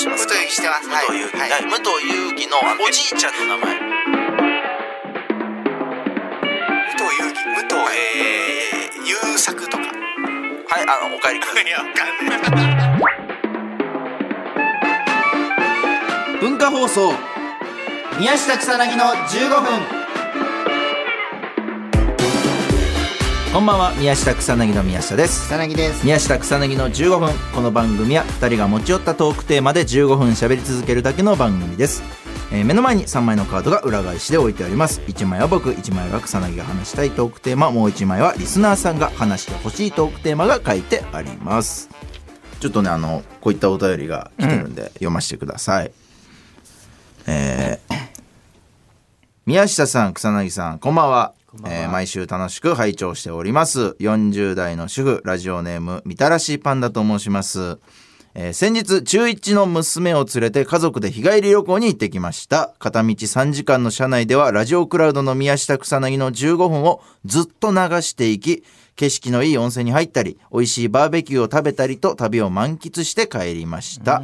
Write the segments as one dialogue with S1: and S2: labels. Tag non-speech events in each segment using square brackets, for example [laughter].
S1: てますはい
S2: 武藤勇樹、はい武藤勇樹のおじいちゃんの名前
S1: 武藤勇樹武藤、えー、優作とか
S2: はいあのお帰りください
S1: [laughs] いやわかんない
S3: 文化放送宮下草薙の15分こんばんは宮下草薙の宮下です
S4: 草薙です。
S3: 宮下草薙の15分この番組は2人が持ち寄ったトークテーマで15分喋り続けるだけの番組です、えー目の前に3枚のカードが裏返しで置いてあります1枚は僕1枚は草薙が話したいトークテーマもう1枚はリスナーさんが話してほしいトークテーマが書いてありますちょっとねあのこういったお便りが来てるんで、読ませてくださいえー宮下さん草薙さんこんばんはえー毎週楽しく拝聴しております40代の主婦ラジオネームみたらしパンダと申します、えー先日中1の娘を連れて家族で日帰り旅行に行ってきました片道3時間の車内ではラジオクラウドの宮下草薙の15分をずっと流していき景色のいい温泉に入ったり美味しいバーベキューを食べたりと旅を満喫して帰りました、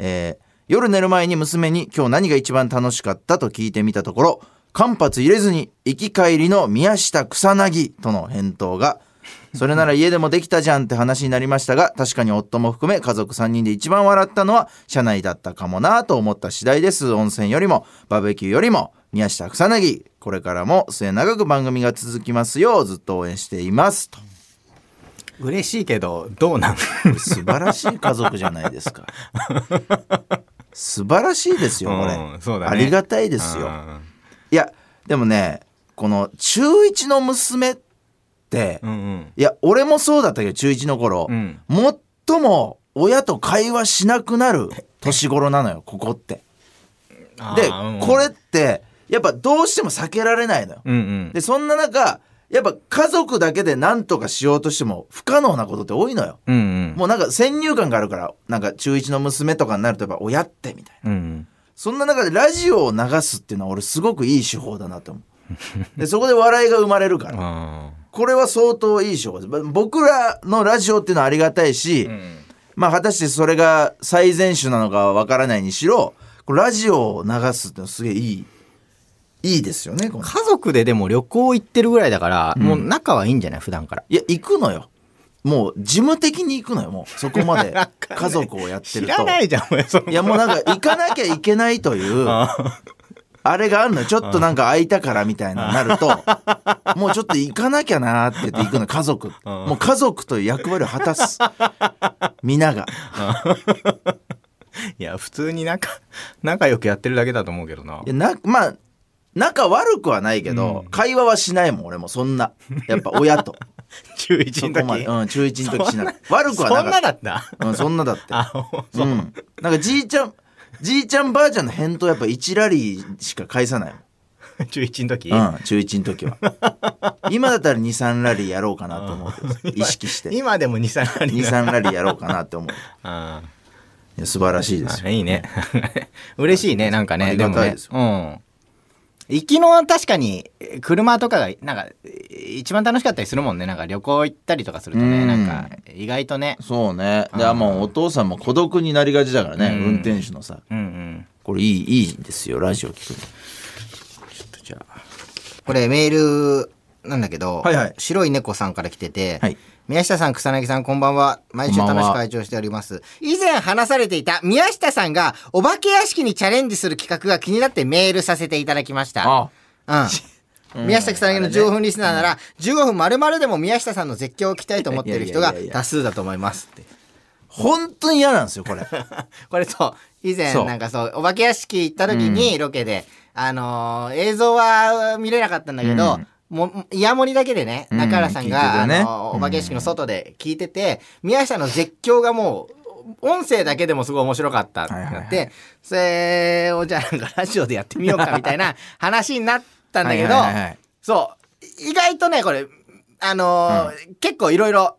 S3: えー夜寝る前に娘に今日何が一番楽しかったと聞いてみたところ間髪入れずに行き帰りの宮下草薙との返答がそれなら家でもできたじゃんって話になりましたが確かに夫も含め家族3人で一番笑ったのは車内だったかもなと思った次第です温泉よりもバーベキューよりも宮下草薙これからも末永く番組が続きますようずっと応援していますと
S4: 嬉しいけど、どうなん
S3: 素晴らしい家族じゃないですか素晴らしいですよこれ、
S4: うんそうだね
S3: ありがたいですよいやでもねこの中1の娘って、
S4: うんうん。
S3: いや俺もそうだったけど中1の頃、
S4: うん
S3: 最も親と会話しなくなる年頃なのよここって
S4: あ
S3: で、
S4: ーうん
S3: これってやっぱどうしても避けられないのよ、
S4: うんうん。
S3: でそんな中やっぱ家族だけで何とかしようとしても不可能なことって多いのよ
S4: うんうん。
S3: もうなんか先入観があるから、なんか中1の娘とかになるとやっぱ親ってみたいな。
S4: うんうん。
S3: そんな中でラジオを流すっていうのは俺すごくいい手法だなと思
S4: [laughs]
S3: う。で、そこで笑いが生まれるから。
S4: あ
S3: これは相当いい手法です。ま僕らのラジオっていうのはありがたいし、
S4: ーうん。
S3: まあ果たしてそれが最善手なのかはわからないにしろ、これラジオを流すっていうのはすげえいい、いいですよね、この
S4: 家族ででも旅行行ってるぐらいだから、もう仲はいいんじゃない普段から。
S3: いや、行くのよ。もう事務的に行くのよ、もう。そこま
S4: [laughs]
S3: で家族をやってると。
S4: いじゃん、俺、そ
S3: いやもうなんか行かなきゃいけないという、 [laughs] あれがあるのよちょっとなんか空いたからみたいななると、 [laughs] もうちょっと行かなきゃなーって言って行くの、家 [laughs] 族。もう家族という役割を果たす。皆が。。
S4: いや、普通に仲、仲良くやってるだけだと思うけどない
S3: やな、まあ、仲悪くはないけど、会話はしないもん、俺もそんな。やっぱ親 [laughs] と。
S4: 中一
S3: そこまで。うん、中1の時しない。悪くはなかった。
S4: った
S3: うん、そんなだって。
S4: あ、
S3: う。ん。なんかじいちゃん、じいちゃんばあちゃんの返答やっぱ1ラリーしか返さないもん。
S4: 中一の時
S3: うん、中1の時
S4: [laughs]
S3: は今だったら23ラリーやろうかなと思うけど意識して
S4: [laughs] 今でも2、3割
S3: 23ラリーやろうかなって思
S4: [laughs]
S3: う
S4: あ
S3: いや素晴らしいです
S4: あ
S3: よ
S4: いいね。 [laughs] 嬉しいね、なんか
S3: あ
S4: ね。
S3: り
S4: で
S3: が
S4: も
S3: たい
S4: ね
S3: ですよ
S4: うん。行きの確かにえ車とかがなんかえ一番楽しかったりするもんねなんか旅行行ったりとかすると
S3: う
S4: ね
S3: ん
S4: なんか意外とね
S3: そうね
S4: あ
S3: で
S4: ー
S3: もうお父さんも孤独になりがちだからね
S4: うん
S3: 運転手のさ
S4: うんうん
S3: これいいいいですよラジオ聞く
S4: これメールなんだけど、
S3: はいはい
S4: 白い猫さんから来てて、
S3: はい
S4: 宮下さん草薙さんこんばんは毎週
S3: こんばん
S4: 楽
S3: は
S4: しく会長しております以前話されていた宮下さんがお化け屋敷にチャレンジする企画が気になってメールさせていただきました
S3: あ [laughs]
S4: うん。宮下草薙の15分リスナーなら15分まるまるでも宮下さんの絶叫を聞きたいと思っている人
S3: い
S4: が
S3: やいやいやいや
S4: 多数だと思いますって。
S3: 本当に嫌なんですよこ
S4: [laughs]
S3: れ
S4: これそう以前
S3: そう
S4: なんかそうお化け屋敷行った時にロケで、あのー映像は見れなかったんだけど、もイヤモニだけでね
S3: うん
S4: 中原さん
S3: 聞
S4: が、
S3: いてたね
S4: あのーお化け屋敷の外で聞いてて、宮下の絶叫がもう音声だけでもすごい面白かったってなって、それをじゃあなんかラジオでやってみようかみたいな話になったんだけど、
S3: はいはいはいはい
S4: そう意外とねこれあのー結構いろいろ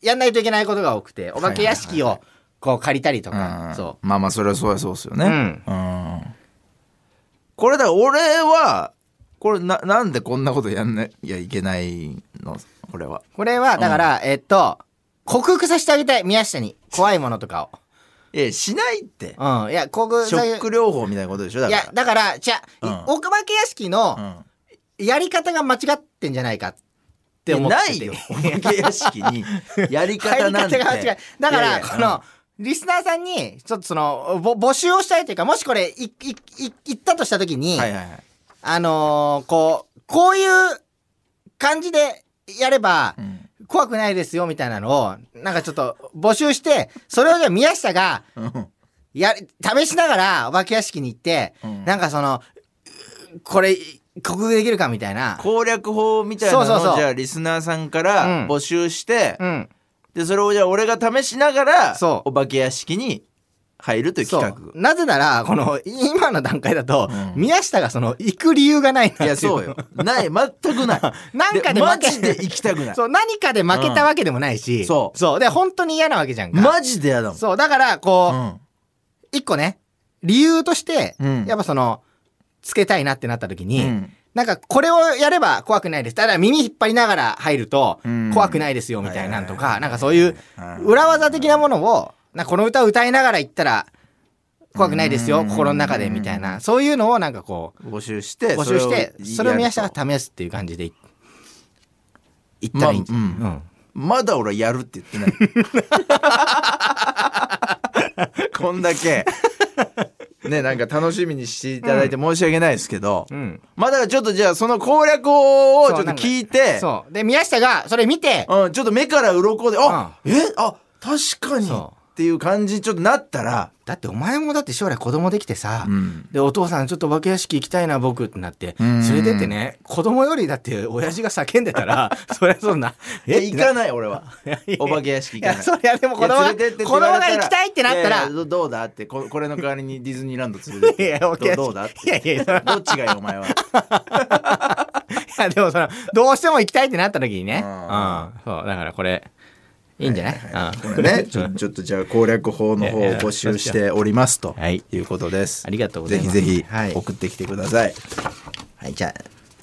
S4: やんないといけないことが多くてお化け屋敷をこう借りたりと
S3: う
S4: か、
S3: ん
S4: そう
S3: まあまあそれはそうそうですよ
S4: う
S3: ね
S4: ん
S3: うんこれだから俺はこれななんでこんなことやんなきゃいけないのこれは
S4: これはだから、えっと克服させてあげたい宮下に怖いものとかを
S3: えしないって
S4: うん。いや、航空
S3: ショック療法みたいなことでしょだ
S4: い
S3: から
S4: や、だから、じゃあ、い
S3: うん
S4: 奥化け屋敷の
S3: うん
S4: やり方が間違ってんじゃないかって思ってて
S3: いやないよお化け屋敷にやり
S4: [laughs] 入
S3: 方
S4: り
S3: なんて
S4: 方が間違い。だか
S3: いや
S4: ら、
S3: いや
S4: この、リスナーさんに、ちょっとその、ぼ募集をしたいというか、もしこれ、い、い、い、行ったとしたときに、
S3: はいはいはい
S4: あのーこう、こういう感じでやれば
S3: う、ん
S4: 怖くないですよ、みたいなのを、なんかちょっと募集して、それをじゃあ宮下が、
S3: うん
S4: や、試しながら、お化け屋敷に行って、
S3: うん
S4: なんかその、これ、克服できるかみたいな。
S3: 攻略法みたいな
S4: そうそう
S3: の
S4: そ
S3: を
S4: う
S3: じゃあリスナーさんから
S4: うん
S3: 募集して
S4: うん。
S3: でそれをじゃあ俺が試しながら
S4: そう
S3: お化け屋敷に入るという企
S4: そう
S3: 画
S4: なぜなら、この、今の段階だと、
S3: うん
S4: 宮下がその、行く理由がないなってい
S3: いやそうよない全くない
S4: [laughs] なんかで
S3: マ
S4: 負け
S3: ジで行きたくない
S4: そう、何かで負けたわけでもないし、
S3: うんそう
S4: そう。で、本当に嫌なわけじゃん
S3: [laughs]
S4: か。
S3: マジでやだもん
S4: そう、だから、こう、一個ね、理由として、
S3: うん
S4: やっぱその、つけたいなってなった時
S3: う
S4: に、
S3: んうん
S4: なんかこれをやれば怖くないです。ただ耳引っ張りながら入ると
S3: うん
S4: 怖くないですよみたいなんと
S3: はい
S4: か、なんかそういう
S3: はい
S4: 裏技的なものを、なんかこの歌を歌いながら行ったら怖くないです
S3: う
S4: よ、
S3: ん
S4: 心の中でみたいな、そういうのをなんかこ
S3: 募集し
S4: う、
S3: て
S4: 募集して、それを宮下
S3: やると
S4: が試すっていう感じでい行ったらいいんじゃない、
S3: まあ
S4: うん
S3: まだ俺はやるって言ってないこんだけねなんか楽しみにしていただいて申し訳ないですけど、
S4: うん
S3: まあだからちょっとじゃあその攻略法をちょ
S4: そ
S3: っ
S4: う
S3: と
S4: なんか
S3: 聞いて
S4: そう。で、宮下がそれ見て、
S3: う、ん、ちょっと目から鱗であ、えあ確かに
S4: そ
S3: っていう感じにちょっとなったら、
S4: だってお前もだって将来子供できてさ、
S3: うん
S4: で、お父さんちょっとお化け屋敷行きたいな、僕ってなって、
S3: うん
S4: 連れてってね、子供よりだって親父が叫んでた [laughs] ら、そりゃそんな、
S3: いや行
S4: い
S3: かない俺はお化け屋敷
S4: [laughs] い
S3: 行か
S4: や、
S3: ない
S4: そりゃでも子供
S3: いや
S4: が、
S3: 連れてって
S4: 子
S3: って
S4: 供
S3: 言われ
S4: が
S3: たら
S4: 行きたいってなった
S3: いや
S4: ら
S3: いや、どどうだってここれの代わりにディズニーランド連れてっ
S4: いや
S3: て
S4: いやお化け屋敷
S3: どどうだって
S4: いやいやいや
S3: どっちがいいお前は
S4: いや、でもその、どうしても行きたいってなった時にね、
S3: う
S4: うんん、そう、だからこれ、いいんじゃない、
S3: こ
S4: う
S3: れ
S4: ん
S3: ね
S4: [laughs]
S3: ちょちょっとじゃあ攻略法の方を募集しておりますと
S4: はい
S3: いうことです
S4: ありがとうございます
S3: ぜひぜ
S4: はい
S3: ひ送ってきてください
S4: はい、じゃあ、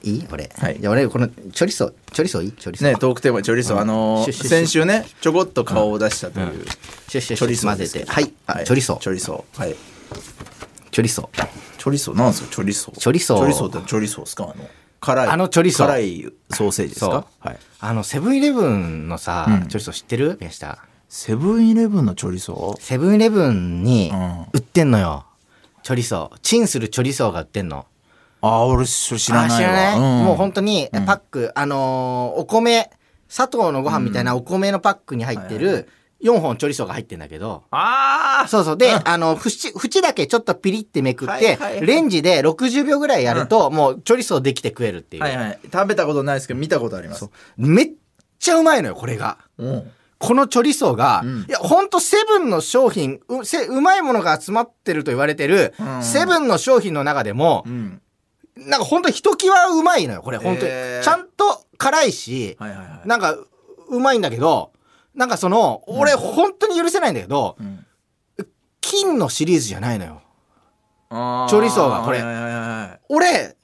S4: いい俺。
S3: はい
S4: じゃあ俺、この、チョリソー、チョリソーいいチョリソー。
S3: ねトークテーマチョリソーあのー
S4: シュッシュッシュッ
S3: 先週ねちょこっと顔を出したという
S4: シュッシュッ
S3: チョリ
S4: シ
S3: ソー
S4: ュ混
S3: で
S4: ぜ
S3: すけ
S4: て。
S3: ど
S4: はい、あチョリソー、
S3: チョリソーはい
S4: チョリソー。
S3: チョリソーなんですかチョリソー
S4: チョリソー
S3: チョリソーってチョリソーですかあの辛い
S4: あのチョリソー
S3: 辛いソーセージですか
S4: そう
S3: はい
S4: あの、セブンイレブンのさ、
S3: うん
S4: チョリソー知ってる宮下。
S3: セブンイレブンのチョリソ
S4: セブンイレブンに
S3: うん
S4: 売ってんのよ。チョリソー。チンするチョリソーが売ってんの。
S3: ーああ俺それ知らないわ
S4: あ知らない、もう本当に
S3: うん
S4: パック、あのーお米、砂糖のご飯みたいなお米のパックに入って
S3: はいはい
S4: る4本チョリソーが入ってんだけど。
S3: あ
S4: そうそう。で、あの、縁、縁だけちょっとピリってめくっ
S3: はい
S4: て
S3: はいは、い
S4: レンジで60秒ぐらいやると、もうチョリソーできて食えるってい。
S3: あはいうはい食べたことないですけど見たことあります
S4: めっちゃうまいのよ、これが。
S3: うん
S4: このチョリソーが、
S3: うん
S4: いや、ほんとセブンの商品う、せ、うまいものが集まってると言われてる、
S3: うん
S4: セブンの商品の中でも
S3: う、ん
S4: なんかほんとひときわうまいのよ、これ、ほんとに。
S3: へー
S4: ちゃんと辛いし、
S3: はいはいはい
S4: なんか、ううまいんだけど、なんかその、俺、ほんとに許せないんだけど、
S3: うん
S4: 金のシリーズじゃないのよ。
S3: あ
S4: チョリソーがこれ
S3: はいはいはいはい
S4: 俺、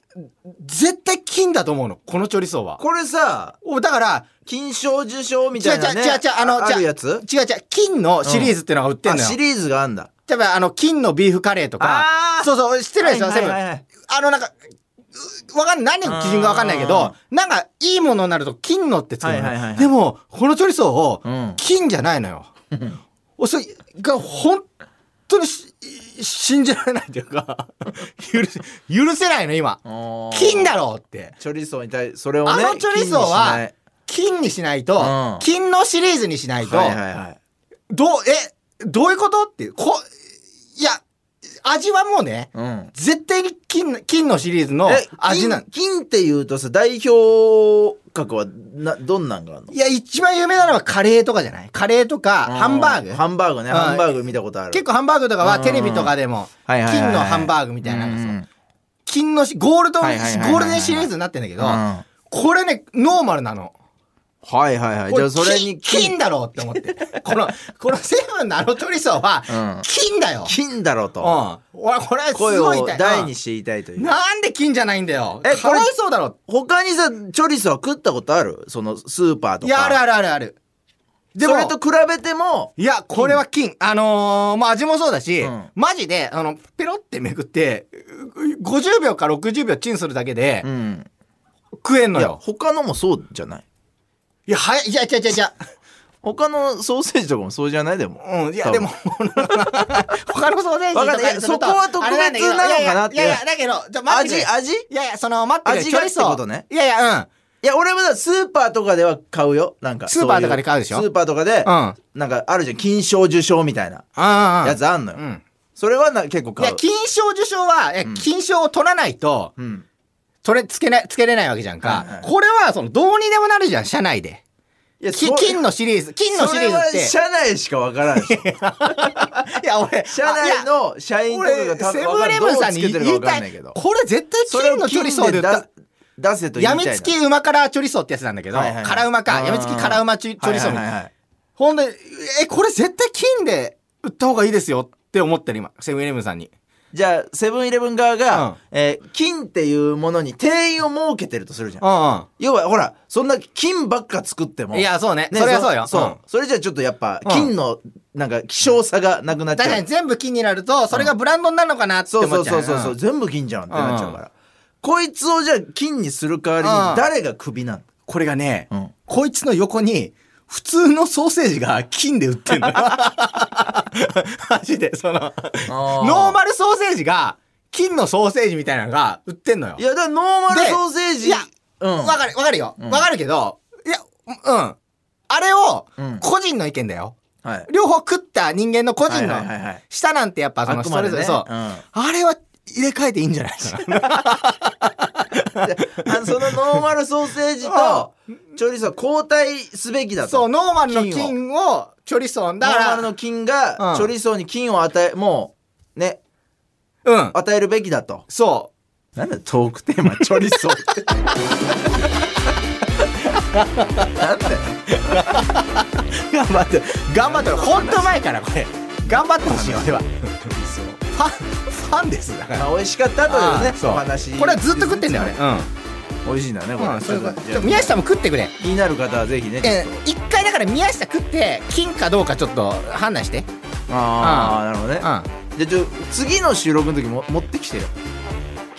S4: 絶対金だと思うの、このチョリソーは。
S3: これさ
S4: おだから、
S3: 金賞受賞みたいなね
S4: 違う違う違う違うあの違う
S3: るやつ
S4: 違う違う、金のシリーズってのが売ってん
S3: あ
S4: のよ。
S3: シリーズがあんだ
S4: 例えば、あの、金のビーフカレーと
S3: あ
S4: か
S3: ー、
S4: そうそう、知ってるでしょ、
S3: はい
S4: セ
S3: は
S4: ブ
S3: い
S4: ン。
S3: はいはい
S4: あの、なんか、うわかんない。何の基準がわかんないけど、なんか、いいものになると金のってつくのね、
S3: はいはいはいはい
S4: でも、このチョリソー
S3: う
S4: を、
S3: ん
S4: 金じゃない
S3: [laughs]
S4: のよ。おそれが、本当にし信じられないというか、 [laughs] 許せ、許せないの、今。金だろうって。
S3: チョリソーに対それをね
S4: あのチョリソーは、金にしないと、
S3: うん
S4: 金のシリーズにしない
S3: 金にし
S4: と、
S3: ないはいはいはい
S4: どう、え、どういうことっていう、こ、いや、味はもうね、
S3: うん
S4: 絶対に金、金のシリーズの
S3: え
S4: 味なん
S3: 金金っていうとさ代表格はなどんなんがあるの
S4: いや、一番有名なのはカレーとかじゃないカレーとか、ハンバー
S3: ハ
S4: グ。
S3: ンバーグね
S4: うん
S3: ハンバーグ見たことある
S4: 結構ハンバーグとか
S3: う
S4: は
S3: ん
S4: テレビとかでも、
S3: はいはいはいはい
S4: 金のハンバーグみたいなのがそう
S3: うん
S4: 金のし、ゴールド、ゴ
S3: はいはいはいはい
S4: ールデンシリーズになってんだけど
S3: うん、は
S4: これね、ノーマルなの。
S3: いはいはい
S4: こ
S3: じゃ
S4: れ
S3: あそれに
S4: 金金だろうって
S3: [laughs]
S4: 思って。この、このセブンのあのトリソー
S3: うん
S4: は、金だよ。
S3: 金だろ
S4: うん。
S3: と
S4: 俺、これはす
S3: 声
S4: ごい
S3: を
S4: 痛い。
S3: 大にして言いたいと
S4: う
S3: い
S4: ん
S3: う
S4: なんで金じゃないんだよ。
S3: え
S4: え、
S3: こ
S4: か
S3: れ
S4: わいそうだろ。
S3: 他にさチョリソーは食ったことあるそのスーパーとか
S4: いや、あるあるあるある。で
S3: そ
S4: も
S3: れと比べても
S4: いや、これは金。あのー、まあ、味もそうだし、
S3: うん
S4: マジで、あの、ペロってめくって、う50秒か60秒チンするだけで、
S3: うん
S4: 食えん
S3: い
S4: の
S3: や
S4: よ。
S3: 他のもそうじゃない
S4: いや、はい、いや、いやいやいや。
S3: 他のソーセージとかもそうじゃないでも
S4: うん、いや、
S3: 多
S4: で
S3: 分
S4: も、 [laughs] 他のソーセージとか
S3: わかんないいや
S4: にすると
S3: そこは特別なのかなって
S4: あれなんだけどいやいやいやいや、だけど、じゃあ待っ
S3: 味
S4: てくれ。
S3: 味い
S4: いやいや、その、待ってくれ。
S3: 味が
S4: チョリソー
S3: ってことね
S4: いやいや、うん。
S3: や俺もだスーパーとかでは買うよなんか
S4: スーパーとかで買うでしょ
S3: そういうスーパーとかで、
S4: うん。うん
S3: なんかあるじゃん金賞受賞みたいな
S4: うんうん。
S3: やつあんのよ、
S4: うん。
S3: それはな結構
S4: い
S3: 買
S4: や、
S3: う
S4: 金賞受賞は、いや
S3: うん
S4: 金賞を取らないと、
S3: うん
S4: それつけな、つけれないわけじゃんか。
S3: はいはい
S4: これは、その、どうにでもなるじゃん、社内で。
S3: いや
S4: き
S3: そ
S4: 金のシリーズ、金のシリーズって。
S3: それは社内しかわからんで
S4: [laughs]
S3: しょ
S4: いや、俺、
S3: 社内の社員とかが
S4: 俺、
S3: た
S4: セ
S3: わ
S4: ブ
S3: か
S4: ンイ
S3: る
S4: レ
S3: どう
S4: ブンさん
S3: つ
S4: に
S3: けてるか
S4: 言
S3: わ
S4: い
S3: か
S4: た
S3: んない
S4: い
S3: けど。
S4: これ絶対金のチョリソーで売った。
S3: 出出せと言い
S4: や
S3: たい
S4: み
S3: な
S4: つきうま辛チョリソーってやつなんだけど、
S3: はいはいはい
S4: 辛うまか、
S3: うん
S4: やみつき辛うまチョチョリソーみたいな。
S3: はいはいはい
S4: ほんで、え、これ絶対金で売った方がいいですよって思ってる今、セブンイレブンさんに。
S3: じゃあセブンイレブン側が、
S4: うん
S3: えー金っていうものに定員を設けてるとするじゃん、
S4: うん
S3: 要はほらそんな金ばっか作って
S4: う
S3: も
S4: ん。いや、そうね。それはそうよ。
S3: そう、
S4: うん
S3: それじゃちょっとやっぱ
S4: うん
S3: 金のなんか希少さがなくなっちゃう
S4: 確かに全部金になると、それがブランドになるのかなって
S3: そう
S4: 思
S3: そ
S4: っ
S3: う
S4: ちゃ。
S3: そううそうそう、全部金じゃんってなっちゃうから、こいつをじゃあ金にする代わり
S4: うん
S3: に誰がクビなん
S4: これがね、
S3: の、うん
S4: こいつの横に、普通のソーセージが金で売って
S3: [laughs]
S4: んだよ。マジで、その、
S3: あー
S4: ノーマルソーセージが、金のソーセージみたいなのが売ってんのよ。
S3: いやだからノーマル
S4: で
S3: ソーセージ
S4: いや
S3: うん
S4: わかる、わかるよ。
S3: うん
S4: わかるけど、いや、うん。あれを
S3: うん、
S4: 個人の意見だよ。
S3: はい
S4: 両方食った人間の個人の
S3: はいはいはいはい、
S4: 下なんてやっぱその
S3: あく
S4: そ
S3: まで
S4: れぞれ
S3: ね
S4: そ
S3: う。
S4: う
S3: ん
S4: あれは入れ替えていいんじゃないかな。
S3: あのそのノーマルソーセージとチョリソー交代すべきだと
S4: そう、ノーマルの
S3: 金を
S4: 金をチョリソン
S3: ノ
S4: だ
S3: ー
S4: か
S3: マ
S4: ら、
S3: ル
S4: う
S3: の金が
S4: うん
S3: チョリソーに金を与えもうね
S4: ん。
S3: 与えるべきだと
S4: そ
S3: なんだトークテー [laughs] マチョリソーってなんだよ
S4: う。頑張って、頑張って、ほんと前からこれ。頑張ってほしいよ、俺は。ファン、ファンです。だから。
S3: まあ美味しかったという
S4: あー
S3: ね
S4: そう
S3: お話
S4: これはずっと食ってんだよ、
S3: ね
S4: 俺。
S3: 美味しいんだねこ
S4: うん。うん、
S3: れ
S4: そういうこと
S3: ち
S4: ち
S3: ょ
S4: ょ
S3: っとじゃ
S4: 宮下も食ってくれ。
S3: あ気になる方はぜひねちょ
S4: え
S3: っと
S4: 一回だから宮下食って金かどうかちょっと判断してうん
S3: ああなるほどね
S4: あ
S3: じゃあちょ次の収録の時も持ってきてよ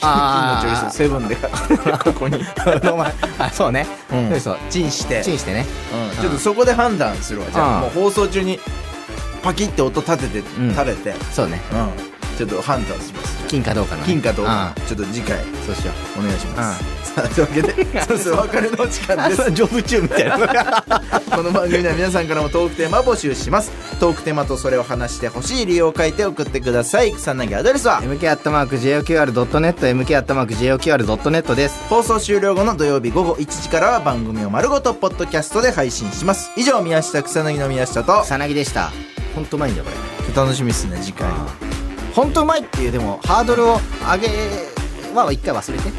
S3: 金のチョリソーセブンで
S4: [laughs]
S3: ここに、
S4: ー [laughs] お前あそうね
S3: うん
S4: そうそう
S3: チンして
S4: チンしてね
S3: うんちょっとそこで判断するわじゃあ
S4: う
S3: も
S4: ん
S3: う放送中にパキって音立てて
S4: ん
S3: 食べて、うん
S4: そうね
S3: ちょっと判断します
S4: 金かどうかのね
S3: 金かどうか
S4: う
S3: ちょっと次回
S4: んそうしよ
S3: お願いします、さあというわけでそろそろお別れの時間です
S4: うジョブ中みたいな
S3: この番組では皆さんからもトークテーマを募集しますトークテーマとそれを話してほしい理由を書いて送ってください草薙アドレスは
S4: MK アットマーク JOQR.net MK アットマーク JOQR.net です
S3: 放送終了後の土曜日午後1時からは番組を丸ごとポッドキャストで配信します以上宮下草薙の宮下と
S4: 草薙でしたほんとうまいんだよこれ
S3: 楽しみですね次回
S4: ほんとうまいっていうでもハードルを上げは一回忘れて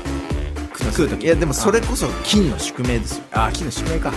S4: 食う時
S3: いやでもそれこそ金の宿命ですよ
S4: ああ金の宿命か